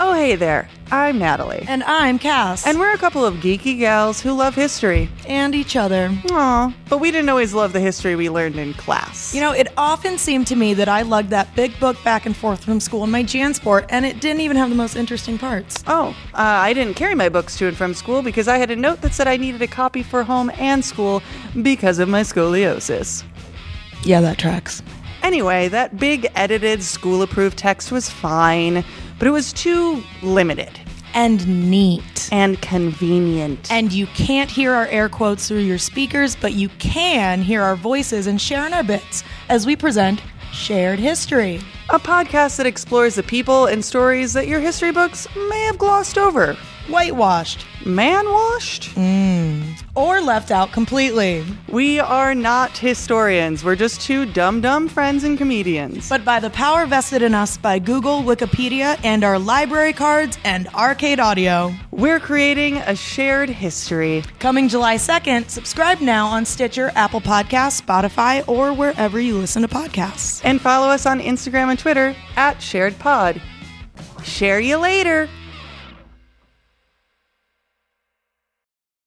Oh, Hey there, I'm Natalie. And I'm Cass. And we're a couple of geeky gals who love history. and each other. Aw, but we didn't always love the history we learned in class. You know, it often seemed to me that I lugged that big book back and forth from school in my JanSport, and it didn't even have the most interesting parts. Oh, uh, I didn't carry my books to and from school because I had a note that said I needed a copy for home and school because of my scoliosis. Yeah, that tracks. Anyway, that big edited school approved text was fine, but it was too limited And neat. and convenient. And you can't hear our air quotes through your speakers, but you can hear our voices and share in our bits as we present Shared History. a podcast that explores the people and stories that your history books may have glossed over. Whitewashed Man washed? or left out completely. We are not historians. We're just two dumb, dumb friends and comedians. but by the power vested in us by Google, Wikipedia, and our library cards and arcade audio. We're creating a shared history. Coming July 2nd, subscribe now on Stitcher, Apple Podcasts, Spotify, or wherever you listen to podcasts. And follow us on Instagram and Twitter at SharedPod. Share you later.